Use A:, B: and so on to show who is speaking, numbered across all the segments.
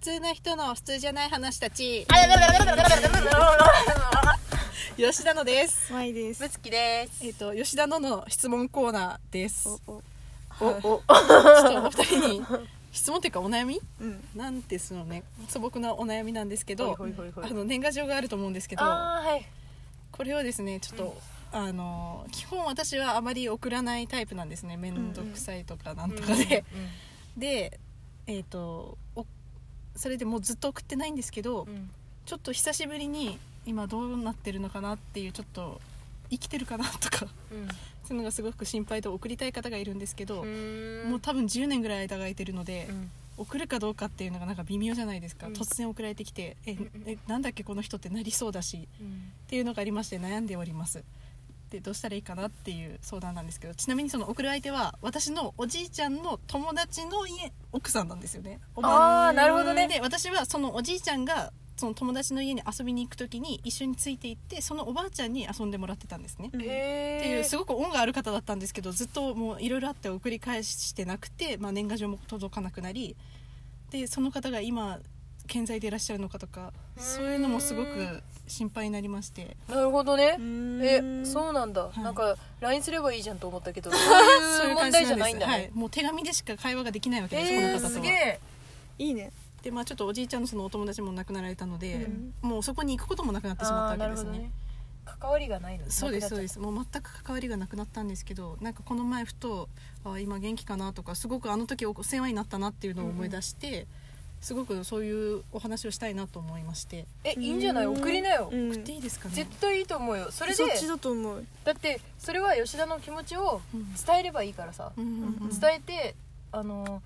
A: 通な人の普通じゃない話たち吉田のです
B: まいです。
C: むつきです。
A: えっ、と吉田のの質問コーナーです
B: おお
C: おお。
A: ちょっとお二人に 質問っていうかお悩み
B: うん。
A: なんですのね素朴なお悩みなんですけど
B: ほいほいほいほ
A: あ
B: い
A: の年賀状があると思うんですけど
C: ああはい。
A: これをですねちょっと、あの基本私はあまり送らないタイプなんですね面倒くさいとかなんとかで、でえっ、とおそれでもうずっと送ってないんですけど、
C: うんうん
A: ちょっと久しぶりに今どうなってるのかなっていうちょっと生きてるかなとか
C: うん
A: そういうのがすごく心配で送りたい方がいるんですけど、
C: うん。
A: もう多分10年ぐらい間が空いてるので、
C: うん
A: 送るかどうかっていうのがなんか微妙じゃないですか、
C: うん
A: 突然送られてきて「え
C: うんうん
A: えなんだっけこの人」ってなりそうだし
C: うん
A: っていうのがありまして悩んでおりますでどうしたらいいかなっていう相談なんですけどちなみにその送る相手は私のおじいちゃんの友達の家奥さんなんですよねおば
C: あーなるほどね
A: で私はそのおじいちゃんがその友達の家に遊びに行く時に一緒について行ってそのおばあちゃんに遊んでもらってたんですね、
B: うん
C: へえ。
A: っていうすごく恩がある方だったんですけどずっともういろいろあって送り返してなくて、まあ、年賀状も届かなくなりでその方が今健在でいらっしゃるのかとか
C: うん
A: そういうのもすごく心配になりまして
C: なるほどね。えそうなんだ。
A: い
C: なんか LINE すればいいじゃんと思ったけ ど、そういう問題じゃないんだ
A: はい。、
C: ね
A: もう手紙でしか会話ができないわけです、
C: えー
A: この
C: す
A: 方
C: げ
A: とは
C: え。
B: いいね。
A: でまあちょっとおじいちゃんのそのお友達も亡くなられたので
C: う、
A: もうそこに行くこともなくなってしま
C: あ
A: っ
C: ー
A: た
C: な
A: わけ
C: る
A: で
C: ほ
A: す
C: ど
A: ね
C: ね。関わりがないの。。
A: そうですそうですすもう全く関わりがなくなったんですけどなんかこの前ふとあ今元気かなとかすごくあの時お世話になったなっていうのを思い出して、すごくそういうお話をしたいなと思いまして、
C: えいいんじゃない送りなよ
B: う。ん
A: 送っていいですかね
C: 絶対いいと思うよ。それで
B: そっちだと思う。
C: だってそれは吉田の気持ちを伝えればいいからさ。
A: うんうんうん
C: 伝えてあの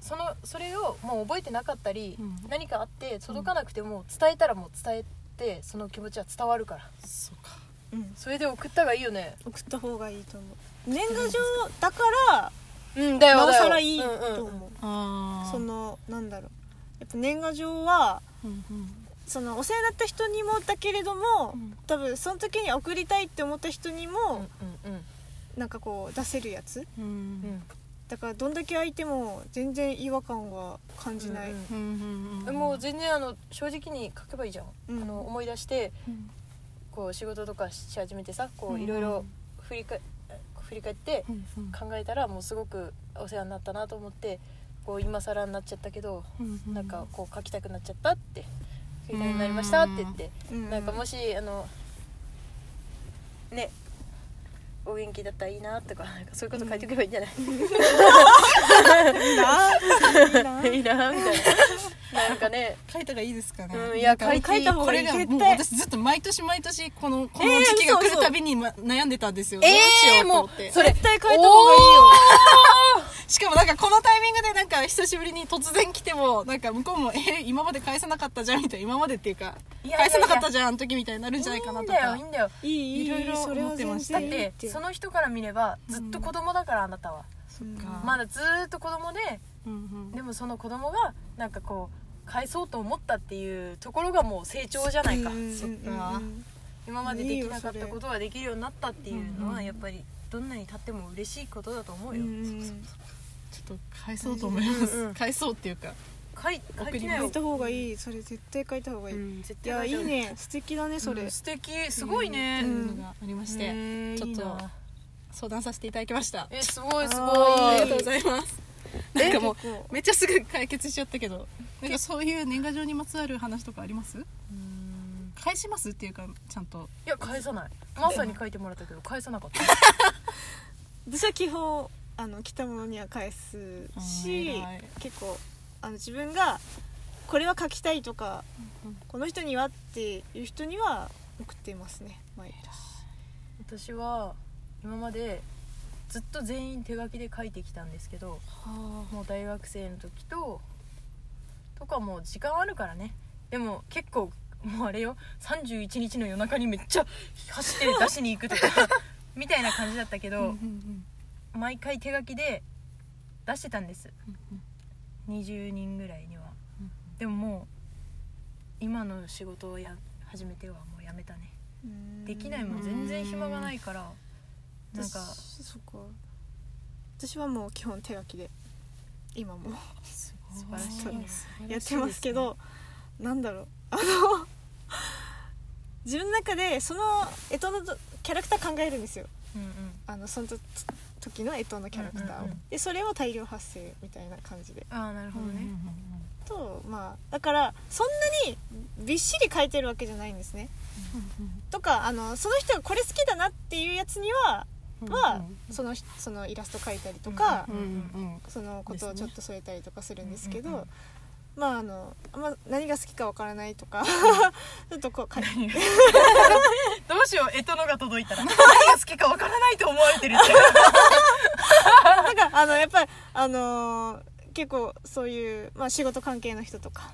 C: そのそれをもう覚えてなかったり、
A: うん
C: 何かあって届かなくても伝えたらもう伝えてその気持ちは伝わるから
A: そうか
B: うん。
C: それで送った方がいいよね
B: 送った方がいいと思う。年賀状だから
C: うんだよ
B: なお
C: だよ
B: さらいい
C: うんうん
B: と思う。
A: ああ
B: そのなんだろう。やっぱ年賀状は
A: うんうん
B: そのお世話になった人にもだけれども、
A: うん
B: 多分その時に送りたいって思った人にも、
C: うんうん
B: なんかこう出せるやつ。
A: うん
C: うん
B: だからどんだけ空いても全然違和感は感じない。
C: う
A: う
C: ん
A: んうん
C: うんもう全然あの正直に書けばいいじゃん、
B: うん
C: あの思い出して
A: うん
C: こう仕事とかし始めてさこ
A: う
C: うんいろいろ振りか振り返って
A: うんうん
C: 考えたらもうすごくお世話になったなと思ってこう今更になっちゃったけど
A: うんうん
C: なんかこう書きたくなっちゃったって書きたくなりましたって言って
B: うん
C: なんかもしあのねお元気だったらいいなとかなんかそういうこと書いておけばいいんじゃない、
B: いいないいな い
C: いなみたいななんかね
A: 書いたがいいですかね、
C: うんい
A: な
C: や
A: んか
C: 書いた方
A: こ
B: が
A: れ
B: いい
A: がもう
B: 絶対
A: 私ずっと毎年毎年このこ
B: え
A: の
B: ー
A: 時期が来
B: 嘘
A: る
B: 嘘
A: たびに、ま、悩んでたんですよ、
C: え
A: どうしよう
C: ー
A: と
C: も
A: 思って
C: うそれ
B: 絶対変えた方がいいよ
A: しかもなんかこのタイミングでなんか久しぶりに突然来てもなんか向こうも「えー今まで返さなかったじゃん」みたいな今までっていうか
C: いやいやい
A: 返
C: や
A: さなかったじゃんあの時みたいになるんじゃないかなとか
C: いいんだよ
B: いいいい
A: いろいろ
B: それは
A: 思ってました
C: いいんだよだっ
B: 全然
C: て
B: いい
C: その人から見ればずっと子供だからあなたは、
B: うん
A: か
C: まだずーっと子供で
A: うんうん
C: でもその子供がなんかこう返そうと思ったっていうところがもう成長じゃないか、
B: うんうんうん
A: そっか
C: 今までできなかっ
B: いいよそ
C: た
B: れ
C: ことができるようになったっていう
A: う
C: の
A: んう
C: は
A: ん
C: やっぱりどんなに経っても嬉しいことだと思
B: う
C: うよ、
B: ん
A: ちょっと返そうと思います、
C: うんうん
A: 返そうっていうか
C: 書い書きな
B: 変え
C: よ、
B: た方がいいそれ絶対変えた方がいい、
C: う
B: い
C: ん絶
B: や
C: 対
B: い
C: 書
B: い
C: た方が
B: ね素敵だねそれ、
C: うん素敵すごいね、
A: って
B: う
A: い
B: ん
A: うのがありまして、
C: えー
A: ちょっと
C: いいな
A: 相談させていただきました
C: えすごいすごい
B: あー
A: あり
B: い
A: がとうございます
C: え
A: なんかもう
B: 結構
A: めっちゃすぐ解決しちゃったけどなんかそういう年賀状にまつわる話とかあります
C: うん
A: 返しますっていうかちゃんと
C: いや返さないまさに書いてもらったけど返さなかった
B: 私は基本あの来たものには返す
A: う
B: し
A: ん偉い
B: 結構あの自分がこれは書きたいとか、
A: うん
B: この人にはっていう人には送っていますね毎年
C: 私は今までずっと全員手書きで書いてきたんですけどもう大学生の時ととかもう時間あるからねでも結構もうあれよ31日の夜中にめっちゃ走って出しに行くとか みたいな感じだったけ
A: うんうんう
C: ど
A: ん
C: 毎回手書きで出してたんです
A: うんうん
C: 20人ぐらいには
A: うん
C: でももう今の仕事をや始めてはもうやめたねできないもん全然暇がないからなんか
B: 私そっか私はもう基本手書きで今も
A: す
C: 素晴らしいね
B: やってますけどなんだろうあの自分の中でその干支のキャラクター考えるんですよ
C: うんうん
B: あのそのと時の干支のキャラクターを、
C: うんうんうん
B: でそれを大量発生みたいな感じで
C: ああなるほどね
B: とまあだからそんなにびっしり書いてるわけじゃないんですねとかあのその人がこれ好きだなっていうやつにははそのそのイラスト描いたりとか、
C: うん
B: そのことを
A: です
B: ち
A: ね
B: ょっと添えたりとかするんですけど、
C: うんうんうん
B: まああのあんま何が好きかわからないとか ちょっとこうか
C: どうしようえとのが届いたら何が好きかわからないと思われてるって
B: なんかあのやっぱりあのー結構そういう、まあ、仕事関係の人とか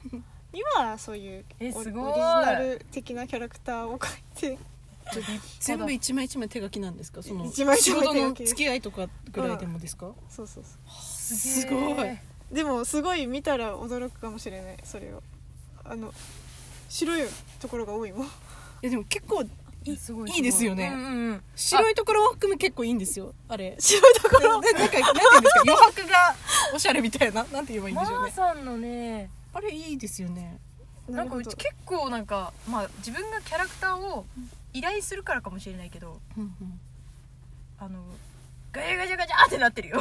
B: にはそういう
C: え
B: オリ
C: す
B: オリジ
C: ごい
B: ナル的なキャラクターを書いて
A: 全部一枚一枚手書きなんですかその
B: 一枚一
A: 仕
B: 枚手書
A: 事
B: き
A: の付き合いとかぐらいでもですか
B: そうそうそ
A: すごい
B: いでもすごい見たら驚くかもしれないそれをあの白いところが多いもん
A: いやでも結構い
C: すご
A: いいですよね
C: うんうんうん
A: 白いところを含む結構いいんですよあれ
B: 白いとこ
A: な
B: ろ
A: んかなんていうんですか余白がおしゃれみたいななんて言えばいいん
C: マ
A: でしょう
C: ー
A: ね
C: さんのね
A: あれいいですよね
C: なんか
B: な
C: う
B: る
C: ち
B: ほど
C: 結構なんかまあ自分がキャラクターを依頼するからかもしれないけどあのガチャガチャガチャってなってるよ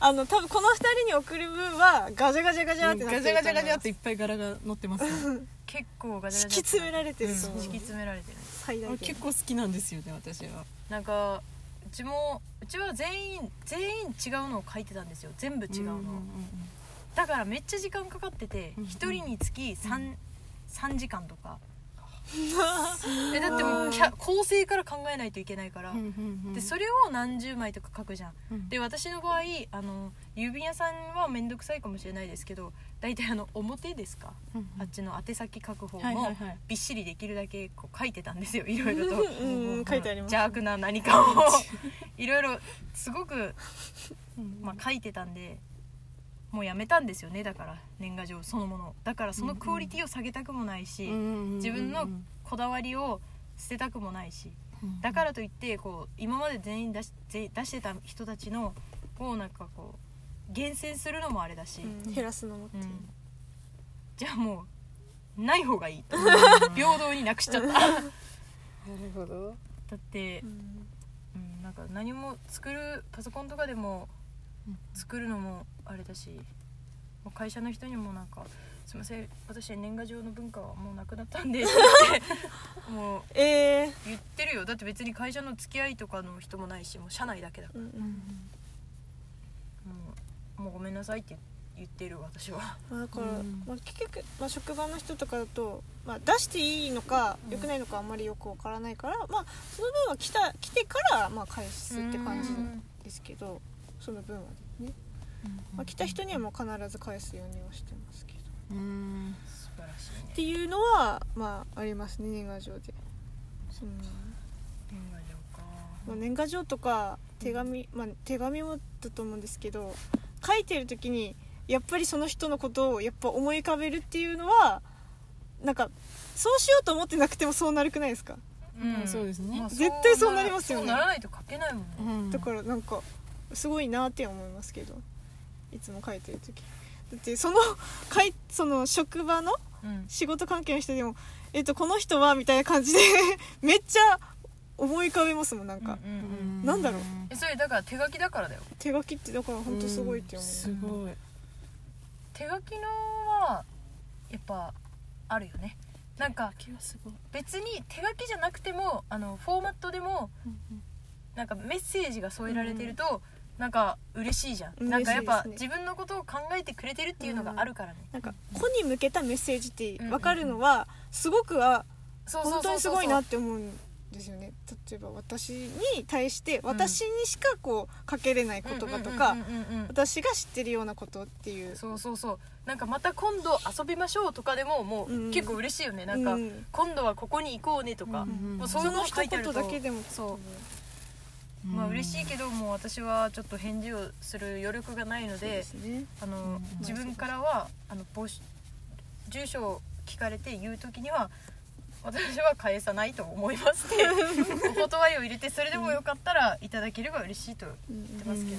B: あの多分この二人に送る分はガジャガジャガジャ
A: ガ
B: っ
A: ジャ
B: てなって
A: ガ
B: る
A: ジャガジャっ
B: と
A: ていっぱい柄が乗ってますね
C: 結構ガチャガチャ
B: 敷き詰められてる
C: うん
B: と思う
C: 敷き詰められてる
B: 最
A: あ
B: 大
A: れ
B: 限
A: 結構好きなんですよね私は
C: なんかうちもうちは全員全員違うのを書いてたんですよ全部違うのを
A: んん
C: だからめっちゃ時間かかってて
A: うん
C: 一人につき 3, 3時間と か
A: うん
C: えだってもうキャ構成から考えないといけないから
A: うんうんうん
C: でそれを何十枚とか書くじゃん
A: うん
C: で私の場合あの郵便屋さんは面倒くさいかもしれないですけど大体あの表ですか
A: うん
C: あっちの宛先書く方
A: はいは
C: も
A: いはい
C: びっしりできるだけこう書いてたんですよいろい ろと。
B: うんうん書いてあります
C: 邪悪な何かをいろいろすごく、まあ、書いてたんでもうやめたんですよねだから年賀状そのものをだからそのクオリティを下げたくもないし、自
A: 自
C: 分のこだわりを捨てたくもないしだからといってこう今まで全員出し出出してた人たちのをなんかこう厳選するのもあれだし、
B: うん減らすのもって
C: う
B: いうん
C: じゃあもうない方がいい と平等になくしちゃっただ
A: なるほど
C: って
B: う、ん
C: うん、なんか何も作るパソコンとかでも
A: うん
C: 作るのもあれだしもう会社の人にもなんか「すいません私年賀状の文化はもうなくなったんで」って 言ってもう
B: えー
C: 言ってるよだって別に会社の付き合いとかの人もないしもう社内だけだか
B: うんうん
C: らもうもうごめんなさいって言ってる私は
B: まあだから、
A: うん
B: まあ、結局、まあ、職場の人とかだと、まあ、出していいのか良くないのかあんまりよくわからないから、まあ、その分は来た来てから、まあ、返すって感じですけどその分はね、まあ、来た人にはもう必ず返すようにはしてますけどっ
A: うん
C: 素晴らしいね
B: ていうのは、まあ、ありますね年賀状で。うん
C: 年賀状か
B: まあ、年賀状とか手紙、まあ、手紙もだと思うんですけど書いてる時にやっぱりその人のことをやっぱ思い浮かべるっていうのはなんかそうしようと思ってなくてもそうなるくないですか、
A: うんそうですね
C: まあ
B: 絶対そうなりますよね
C: そうならないと書けないもんね、
B: だからなんかすごいなって思いますけどいつも書いてる時だってそのかいその職場の
C: うん
B: 仕事関係の人でも「えっとこの人は」みたいな感じでめっちゃ思い浮かべますもんなんか、
C: うんうんうん
B: なんだろう
C: えそれだから手書きだからだよ
B: 手書きってだから本当すごいって思う、
A: すごい
C: 手書きのはやっぱあるよねなんか
A: 気はすごい
C: 別に手書きじゃなくてもあのフォーマットでもなんかメッセージが添えられてると、なんか嬉しいじゃん、
B: 嬉しい
C: なんかやっぱ
B: ですね
C: 自分のことを考えてくれてるっていうのがあるからね、
B: なんか子に向けたメッセージって分かるのはすごくあ
C: そうそうそうそ
B: 本
C: う
B: 当にすごいなって思うんですよね例えば私に対して私にしかこうかけれない言葉と
C: う
B: か
C: んうんうんうんうん
B: 私が知ってるようなことっていう
C: そうそうそうなんかまた今度遊びましょうとかでもも
B: うんう
C: うん結構嬉しいよね、なんか
B: うん
C: 今度はここに行こうねとか、
A: うん
C: もう
B: そ
C: そういうの
B: の
C: 書い
B: 一
C: てあると
B: 言だけでも
C: そう
A: うん
C: まあ嬉しいけどもう私はちょっと返事をする余力がないの
B: そう
C: で
B: ですね
C: あの、
A: うん
C: 自分からはあの募集住所を聞かれて言う時には私は返さないと思いますって お断りを入れてそれでもよかったらいただければ嬉しいと
B: うん
C: 言ってますけ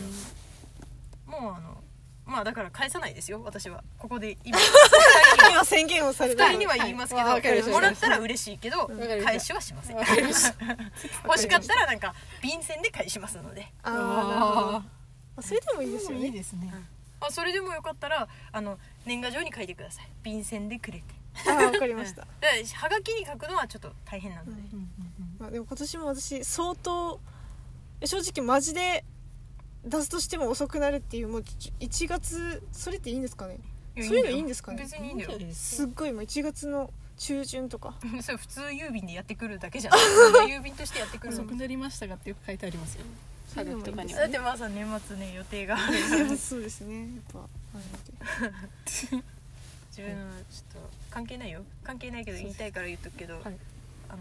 C: ど、もうあのまあだから返さないですよ私はここで 今
B: 今宣言をされ
C: 二
B: た
C: 人には言いますけど、
A: はいわかりました
C: もらったら嬉しいけど
A: んわかりました
C: 返しはしません
A: わかりました
C: 欲しかったらなんか便箋で返しますので
B: あーなるほどま
A: あ
B: あそれでもいいです
A: ー
B: よ
A: いい
B: ね
A: ですね
C: あそれでもよかったらあの年賀状に書いてください便箋でくれて
B: あーわかりました
C: うんではがきに書くのはちょっと大変なので、
B: うん
A: うんうん
B: まあ、でも今年も私相当正直マジで出すとしても遅くなるっていうもうち1月それっていいんですかね
C: や
B: そういうの
C: よ
B: いいんですかね
C: 別にいいんだよ
A: いいんじゃないです
B: すっごいもう1月の中旬とか
C: それ普通郵便でやってくるだけじゃない普通の郵便としてやってく
A: うん
C: るの
A: 遅くなりましたがってよく書いてありますよ
B: そ
A: 科
B: ういうの
A: 学
B: もいい
A: とかに
B: です
A: は
C: だっ
A: ね
C: てまさ年末ね予定が
B: そうですねやっぱある
C: 自分のちょっと関係ないよ関係ないけど言いたいから言っとくけど、
A: はい
C: あの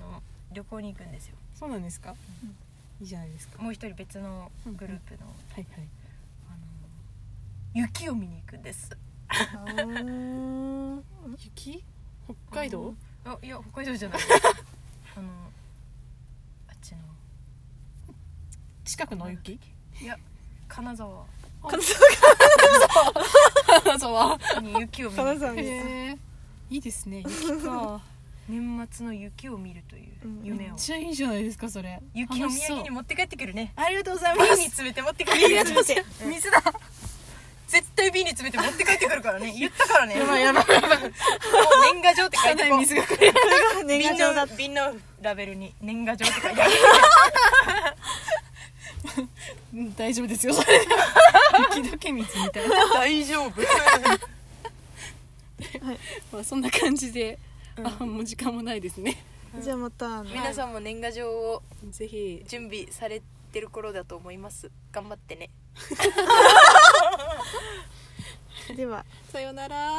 C: 旅行に行くんですよ
A: そうなんですか
B: うん
A: いいじゃないですかは
C: もう一人別のグループの,、
A: いはい
C: あの雪を見に行くんです
B: のであー
A: 雪北海道
C: あいや北海道じゃない あのあっちの
A: 近くの雪
C: いや金沢
B: 金
A: 金沢
C: に雪を見に行
B: 金
C: く
B: 沢
A: へ
B: に
A: えいいですね雪 か
C: 年末の雪を見るという夢
A: めっ
C: を、
A: ちゃいいじゃないですかそれ
C: 雪お
A: 楽し
C: 土
A: そう
C: 産に持って帰ってくるね
A: ありがとうございま
C: 瓶に
A: す
C: 詰めて持ってくる
A: いやちょっと待って
C: うん水だ絶対瓶に詰めて持って帰ってくるからね 言ったからね
A: やばいやばいやばい
C: もう年賀状って書いてこう
A: 水が来る
B: これが年賀
C: 瓶
B: 状だっ
C: の瓶のラベルに年賀状って書いてある
A: うん大丈夫ですよ それで雪解け水みたいな
C: 大丈夫
A: まあそんな感じで、あもう時間もないですね
B: たじゃあまたあの
C: 皆さんも年賀状を
A: ぜひ
C: 準備されてる頃だと思います頑張ってね
B: では
A: さようなら